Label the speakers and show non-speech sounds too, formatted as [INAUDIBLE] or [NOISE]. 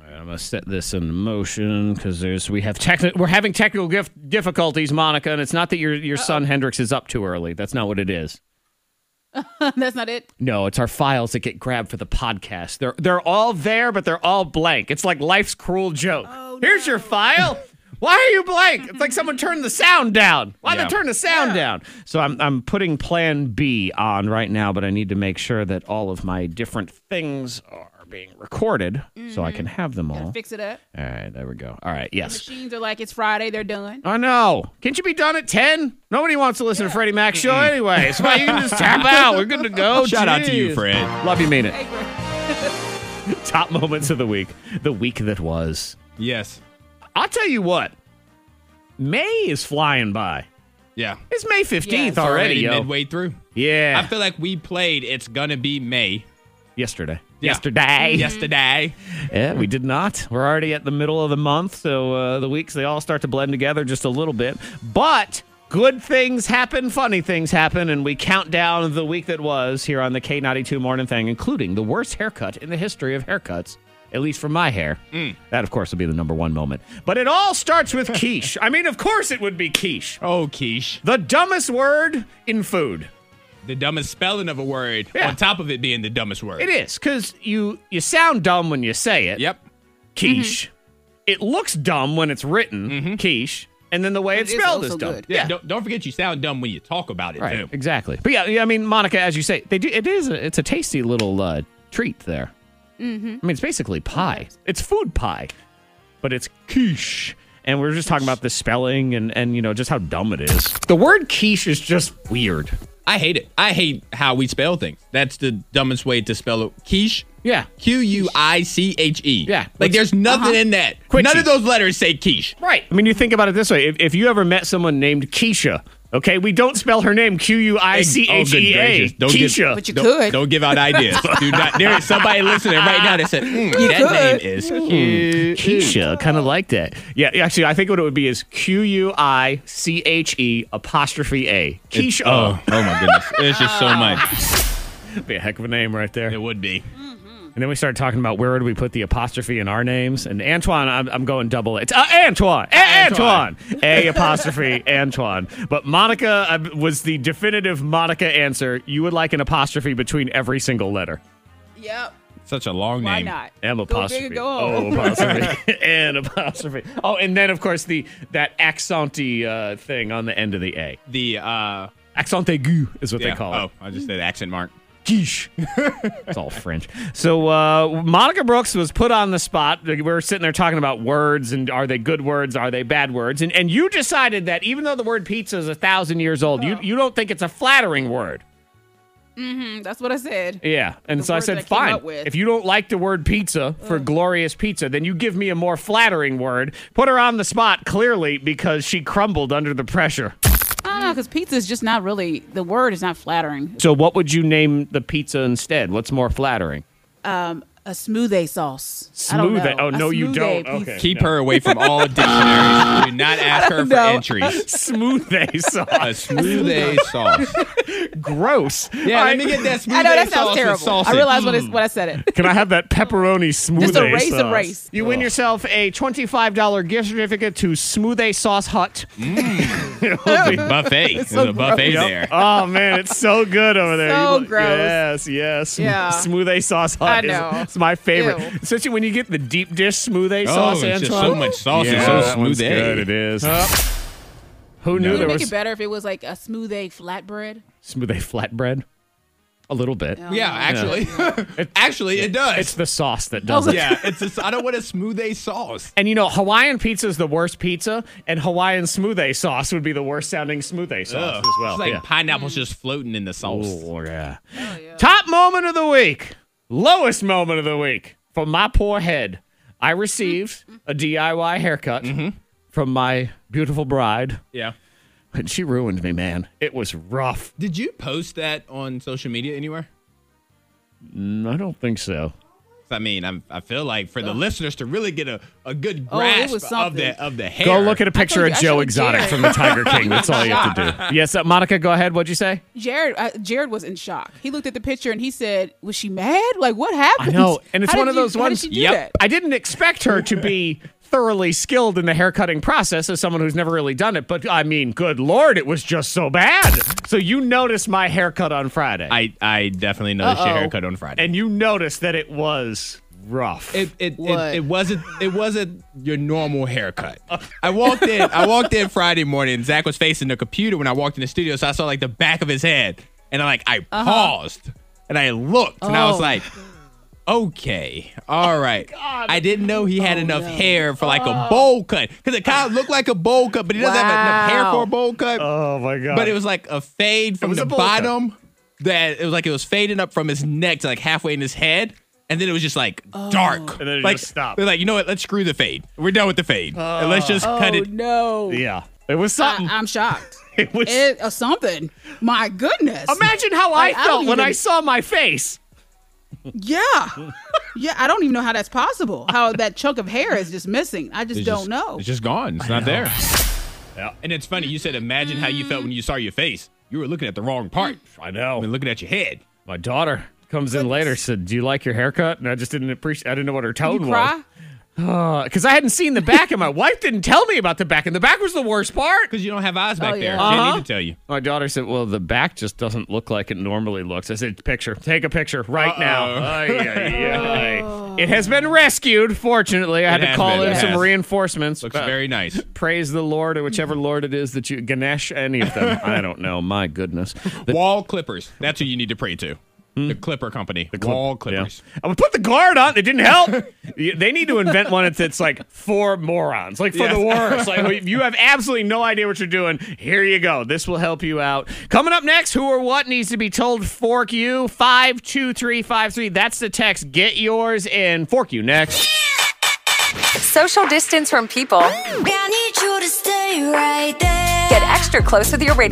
Speaker 1: gonna set this in motion because there's we have techni- we're having technical gif- difficulties, Monica, and it's not that your your son Hendrix is up too early. That's not what it is.
Speaker 2: That's not it.
Speaker 1: No, it's our files that get grabbed for the podcast. They're they're all there, but they're all blank. It's like life's cruel joke. Here's your file. Why are you blank? It's like someone turned the sound down. Why would
Speaker 3: Yeah.
Speaker 1: they turn the sound down? So I'm I'm putting Plan B on right now, but I need to make sure that all of my different things are being recorded so I can have them all.
Speaker 2: Fix it up.
Speaker 1: all right, there we go. All right, yes.
Speaker 2: Machines are like it's Friday. They're done.
Speaker 1: I know. Can't you be done at 10? Nobody wants to listen to Freddie Mac's show anyway. So you can just [LAUGHS] tap out. We're good to go.
Speaker 3: Shout out to you,
Speaker 1: Jeez.
Speaker 3: Fred.
Speaker 1: Love you, mean it
Speaker 2: Hey, bro.
Speaker 1: [LAUGHS] top moments of the week, the week that was.
Speaker 3: Yes.
Speaker 1: I'll tell you what, May is flying by.
Speaker 3: Yeah.
Speaker 1: It's May 15th
Speaker 2: Yeah, it's
Speaker 1: already, yo.
Speaker 3: midway through.
Speaker 1: Yeah.
Speaker 3: I feel like we played It's Gonna Be May
Speaker 1: yesterday.
Speaker 3: Yeah.
Speaker 1: Yesterday.
Speaker 3: yesterday.
Speaker 1: Yeah, we did not. We're already at the middle of the month, so uh, the weeks, they all start to blend together just a little bit. But good things happen, funny things happen, and we count down the week that was here on the K92 Morning Thing, including the worst haircut in the history of haircuts. At least for my hair. That, of course, will be the number one moment. But it all starts with quiche. I mean, of course it would be quiche.
Speaker 3: Oh, quiche.
Speaker 1: The dumbest word in food.
Speaker 3: The dumbest spelling of a word
Speaker 1: Yeah.
Speaker 3: on top of it being the dumbest word.
Speaker 1: It is, because you, you sound dumb when you say it.
Speaker 3: Yep. Mm-hmm.
Speaker 1: quiche. It looks dumb when it's written quiche, and then the way it's
Speaker 2: It is
Speaker 1: spelled is
Speaker 2: also
Speaker 1: dumb.
Speaker 2: good.
Speaker 3: Yeah. Don't, don't forget you sound dumb when you talk about it,
Speaker 1: right,
Speaker 3: too.
Speaker 1: exactly. But yeah, yeah, I mean, Monica, as you say, they do. It is. A, it's a tasty little uh, treat there. Mm-hmm. I mean, it's basically pie. It's food pie, but it's quiche. And we we're just talking about the spelling and and you know just how dumb it is. The word quiche is just weird.
Speaker 3: I hate it. I hate how we spell things. That's the dumbest way to spell it. Quiche.
Speaker 1: Yeah.
Speaker 3: Q U I C H E.
Speaker 1: Yeah. uh-huh.
Speaker 3: Like there's nothing in that.
Speaker 1: Quick
Speaker 3: None
Speaker 1: cheat.
Speaker 3: of those letters say quiche.
Speaker 1: Right. I mean, you think about it this way: if, if you ever met someone named Keisha, okay, we don't spell her name Q U I C
Speaker 3: Oh,
Speaker 1: H
Speaker 3: good
Speaker 1: E A.
Speaker 3: gracious. Don't give-
Speaker 1: Keisha.
Speaker 2: But you
Speaker 3: don't,
Speaker 2: could.
Speaker 3: Don't give
Speaker 2: [LAUGHS]
Speaker 3: out ideas. Do not. There is somebody listening right now that said, mm, that name is
Speaker 1: Keisha, kind of like that. Yeah, actually, I think what it would be is Q U I C H E apostrophe A. Keisha.
Speaker 3: Oh, oh my goodness. It's just so much.
Speaker 2: [LAUGHS]
Speaker 1: That'd be a heck of a name right there.
Speaker 3: It would be.
Speaker 1: And then we started talking about where would we put the apostrophe in our names. And Antoine, I'm, I'm going double. It's uh, Antoine. A- Antoine.
Speaker 3: Antoine.
Speaker 2: [LAUGHS]
Speaker 1: A apostrophe Antoine. But Monica uh, was the definitive Monica answer. You would like an apostrophe between every single letter.
Speaker 2: Yep.
Speaker 3: Such a long
Speaker 2: Why
Speaker 3: name.
Speaker 2: not?
Speaker 1: M
Speaker 2: Go big
Speaker 1: apostrophe.
Speaker 2: or go
Speaker 1: Oh,
Speaker 2: home.
Speaker 1: apostrophe.
Speaker 2: [LAUGHS]
Speaker 1: and apostrophe. Oh, and then of course the that accenty uh, thing on the end of the A.
Speaker 3: The uh
Speaker 1: Accent aigu is what
Speaker 3: yeah.
Speaker 1: they call
Speaker 3: Oh,
Speaker 1: it.
Speaker 3: I just said accent mark.
Speaker 1: Quiche. [LAUGHS] it's all French. So uh, Monica Brooks was put on the spot. We were sitting there talking about words and are they good words? Are they bad words? And and you decided that even though the word pizza is a thousand years old,
Speaker 2: Oh.
Speaker 1: you you don't think it's a flattering word.
Speaker 2: Mm, That's what I said.
Speaker 1: Yeah. And
Speaker 2: The
Speaker 1: so I
Speaker 2: word
Speaker 1: said,
Speaker 2: that I came
Speaker 1: fine.
Speaker 2: up with. Oh.
Speaker 1: If you don't like the word pizza for glorious pizza, then you give me a more flattering word. Put her on the spot, clearly, because she crumbled under the pressure.
Speaker 2: I don't know because Ah, pizza is just not really the word is not flattering.
Speaker 1: So, what would you name the pizza instead? What's more flattering?
Speaker 2: A smoothie sauce. I don't
Speaker 1: Smoothie.
Speaker 2: know.
Speaker 1: Oh,
Speaker 2: A
Speaker 1: no, you
Speaker 2: smoothie
Speaker 1: don't.
Speaker 2: pizza.
Speaker 1: Okay.
Speaker 2: [LAUGHS]
Speaker 3: Keep her away from all dictionaries. [LAUGHS] Do not ask her for
Speaker 2: know.
Speaker 3: entries.
Speaker 1: Smoothie [LAUGHS]
Speaker 3: A
Speaker 1: sauce.
Speaker 2: [LAUGHS]
Speaker 3: smoothie sauce.
Speaker 1: Gross.
Speaker 3: Yeah,
Speaker 1: All
Speaker 3: let
Speaker 1: right.
Speaker 3: me get that smoothie
Speaker 2: I know that
Speaker 3: sauce
Speaker 2: sounds
Speaker 3: with
Speaker 2: terrible. I
Speaker 3: sausage.
Speaker 2: realize what, it's, what I said
Speaker 1: [LAUGHS]
Speaker 2: it.
Speaker 1: Can I have that pepperoni smoothie
Speaker 2: Just erase,
Speaker 1: sauce?
Speaker 2: erase.
Speaker 1: You win yourself a $25 gift certificate to Smoothie Sauce Hut. It will be-
Speaker 2: [LAUGHS]
Speaker 3: buffet. There's a buffet
Speaker 1: Yep.
Speaker 3: there.
Speaker 1: Oh man, it's so good over there.
Speaker 2: [LAUGHS] So
Speaker 1: You look-
Speaker 2: gross.
Speaker 1: Yes, yes.
Speaker 2: Yeah.
Speaker 1: Smoothie sauce hut.
Speaker 2: I
Speaker 1: is-
Speaker 2: know.
Speaker 1: it's my favorite.
Speaker 2: Ew.
Speaker 1: Especially when you get the deep dish smoothie sauce.
Speaker 3: oh, it's just
Speaker 1: Antoine.
Speaker 3: so much sauce.
Speaker 1: Yeah,
Speaker 3: it's so
Speaker 1: that one's
Speaker 3: smooth.
Speaker 1: good. It is. Who knew
Speaker 3: No.
Speaker 1: there
Speaker 2: Make
Speaker 1: was
Speaker 2: it better if it was like a smoothie flatbread.
Speaker 1: smoothie flatbread? A little bit.
Speaker 3: Yeah, actually, [LAUGHS] actually, it does.
Speaker 1: It's the sauce
Speaker 2: Oh,
Speaker 1: that does
Speaker 3: [LAUGHS]
Speaker 1: it.
Speaker 3: yeah, it's. Just, I don't [LAUGHS] want a smoothie sauce.
Speaker 1: And you know, Hawaiian pizza is the worst pizza, and Hawaiian smoothie sauce would be the worst sounding smoothie sauce as well.
Speaker 3: It's like
Speaker 1: Yeah.
Speaker 3: pineapples just floating in the sauce.
Speaker 1: Oh, yeah. Top moment of the week, lowest moment of the week for my poor head. I received a DIY haircut from my beautiful bride,
Speaker 3: Yeah.
Speaker 1: and she ruined me, man. It was rough.
Speaker 3: Did you post that on social media anywhere?
Speaker 1: Mm, I don't think so.
Speaker 3: 'Cause I mean, I'm, I feel like for the listeners to really get a, a good
Speaker 2: Oh, it
Speaker 3: grasp
Speaker 2: was
Speaker 3: of
Speaker 2: something.
Speaker 3: the of the hair.
Speaker 1: Go look at a picture
Speaker 2: told
Speaker 1: of
Speaker 2: you- I
Speaker 1: Joe
Speaker 2: showed
Speaker 1: Exotic
Speaker 2: Jared.
Speaker 1: from the Tiger King. That's all you have to
Speaker 2: [LAUGHS]
Speaker 1: do. Yes, uh, Monica, go ahead. What'd you say?
Speaker 2: Jared uh, Jared was in shock. He looked at the picture and he said, "Was she mad? Like what happened?"
Speaker 1: I know, and it's
Speaker 2: How
Speaker 1: one
Speaker 2: did
Speaker 1: of those
Speaker 2: you,
Speaker 1: ones-
Speaker 2: How did she do
Speaker 3: Yep.
Speaker 2: that?
Speaker 1: I didn't expect her to be thoroughly skilled in the haircutting process as someone who's never really done it, but I mean, good lord, it was just so bad. So you noticed my haircut on Friday,
Speaker 3: I I definitely noticed your
Speaker 2: Uh-oh.
Speaker 3: haircut on Friday.
Speaker 1: and you noticed that it was rough.
Speaker 3: it it,
Speaker 2: What?
Speaker 3: it it wasn't it wasn't your
Speaker 2: [LAUGHS]
Speaker 3: normal haircut. I walked in I walked in Friday morning. and Zach was facing the computer when I walked in the studio, so I saw like the back of his head, and I like I paused and I looked, and I was
Speaker 2: Uh-huh. Oh.
Speaker 3: like, okay, all right. I didn't know he had enough
Speaker 2: Oh, no. Oh.
Speaker 3: hair for like a bowl cut because it kind of looked like a bowl cut, but he doesn't have enough hair
Speaker 2: Wow.
Speaker 3: for a bowl cut.
Speaker 1: oh my god!
Speaker 3: But it was like a fade from
Speaker 1: was
Speaker 3: the
Speaker 1: a bowl cut.
Speaker 3: bottom that it was like it was fading up from his neck to like halfway in his head. And then it was just like dark.
Speaker 1: And then it
Speaker 3: like,
Speaker 1: just stopped.
Speaker 3: They're like, you know what? Let's screw the fade. We're done with the fade. and let's just cut
Speaker 2: oh
Speaker 3: it.
Speaker 2: no!
Speaker 1: yeah, it was
Speaker 2: I,
Speaker 1: something.
Speaker 2: I'm shocked.
Speaker 1: [LAUGHS] it was.
Speaker 2: it, or something. My goodness.
Speaker 1: imagine how I,
Speaker 2: Like, I
Speaker 1: felt
Speaker 2: don't
Speaker 1: when
Speaker 2: even-
Speaker 1: I saw my face.
Speaker 2: Yeah. Yeah, I don't even know how that's possible. How that chunk of hair is just missing. I just
Speaker 3: It's
Speaker 2: don't
Speaker 3: just-
Speaker 2: know.
Speaker 3: It's just gone. It's not there.
Speaker 1: Yeah.
Speaker 3: And it's funny. You said, imagine how you felt when you saw your face. You were looking at the wrong part.
Speaker 1: I
Speaker 3: I've
Speaker 1: know.
Speaker 3: been looking at your head.
Speaker 1: My daughter comes in later said, "Do you like your haircut?" And I just didn't appreciate. I didn't know what her
Speaker 2: you
Speaker 1: tone was.
Speaker 2: cry?
Speaker 1: because I hadn't seen the back, and my wife didn't tell me about the back, and the back was the worst part.
Speaker 3: Because you don't have eyes back
Speaker 2: Oh,
Speaker 3: there.
Speaker 2: yeah.
Speaker 3: She didn't
Speaker 1: Uh-huh.
Speaker 3: need to tell you.
Speaker 1: My daughter said, "Well, the back just doesn't look like it normally looks." I said, "Picture, take a picture right
Speaker 3: [LAUGHS]
Speaker 1: now."
Speaker 3: Uh-oh.
Speaker 1: Ay, ay, ay. It has been rescued. Fortunately, I had
Speaker 3: It
Speaker 1: to
Speaker 3: has
Speaker 1: call
Speaker 3: been,
Speaker 1: in
Speaker 3: it
Speaker 1: some
Speaker 3: has.
Speaker 1: reinforcements.
Speaker 3: Looks
Speaker 1: Uh,
Speaker 3: very nice.
Speaker 1: praise the Lord, or whichever Lord it is that you Ganesh, any of
Speaker 3: [LAUGHS]
Speaker 1: them. I don't know. My goodness, [LAUGHS] the, Mm.
Speaker 3: Wall clippers. That's who you need to pray to. The clipper company. The Wall clippers.
Speaker 1: Yeah. I would put the guard on. It didn't help. [LAUGHS] You- they need to invent one that's- that's like for morons, like for the worst. Like if you have absolutely no idea what you're doing, here you go. This will help you out. Coming up next, who or what needs to be told? Fork you five two three five three. That's the text. Get yours in. Fork you next.
Speaker 4: Social distance from people.
Speaker 5: I need you to stay right there.
Speaker 4: Get extra close with your radio.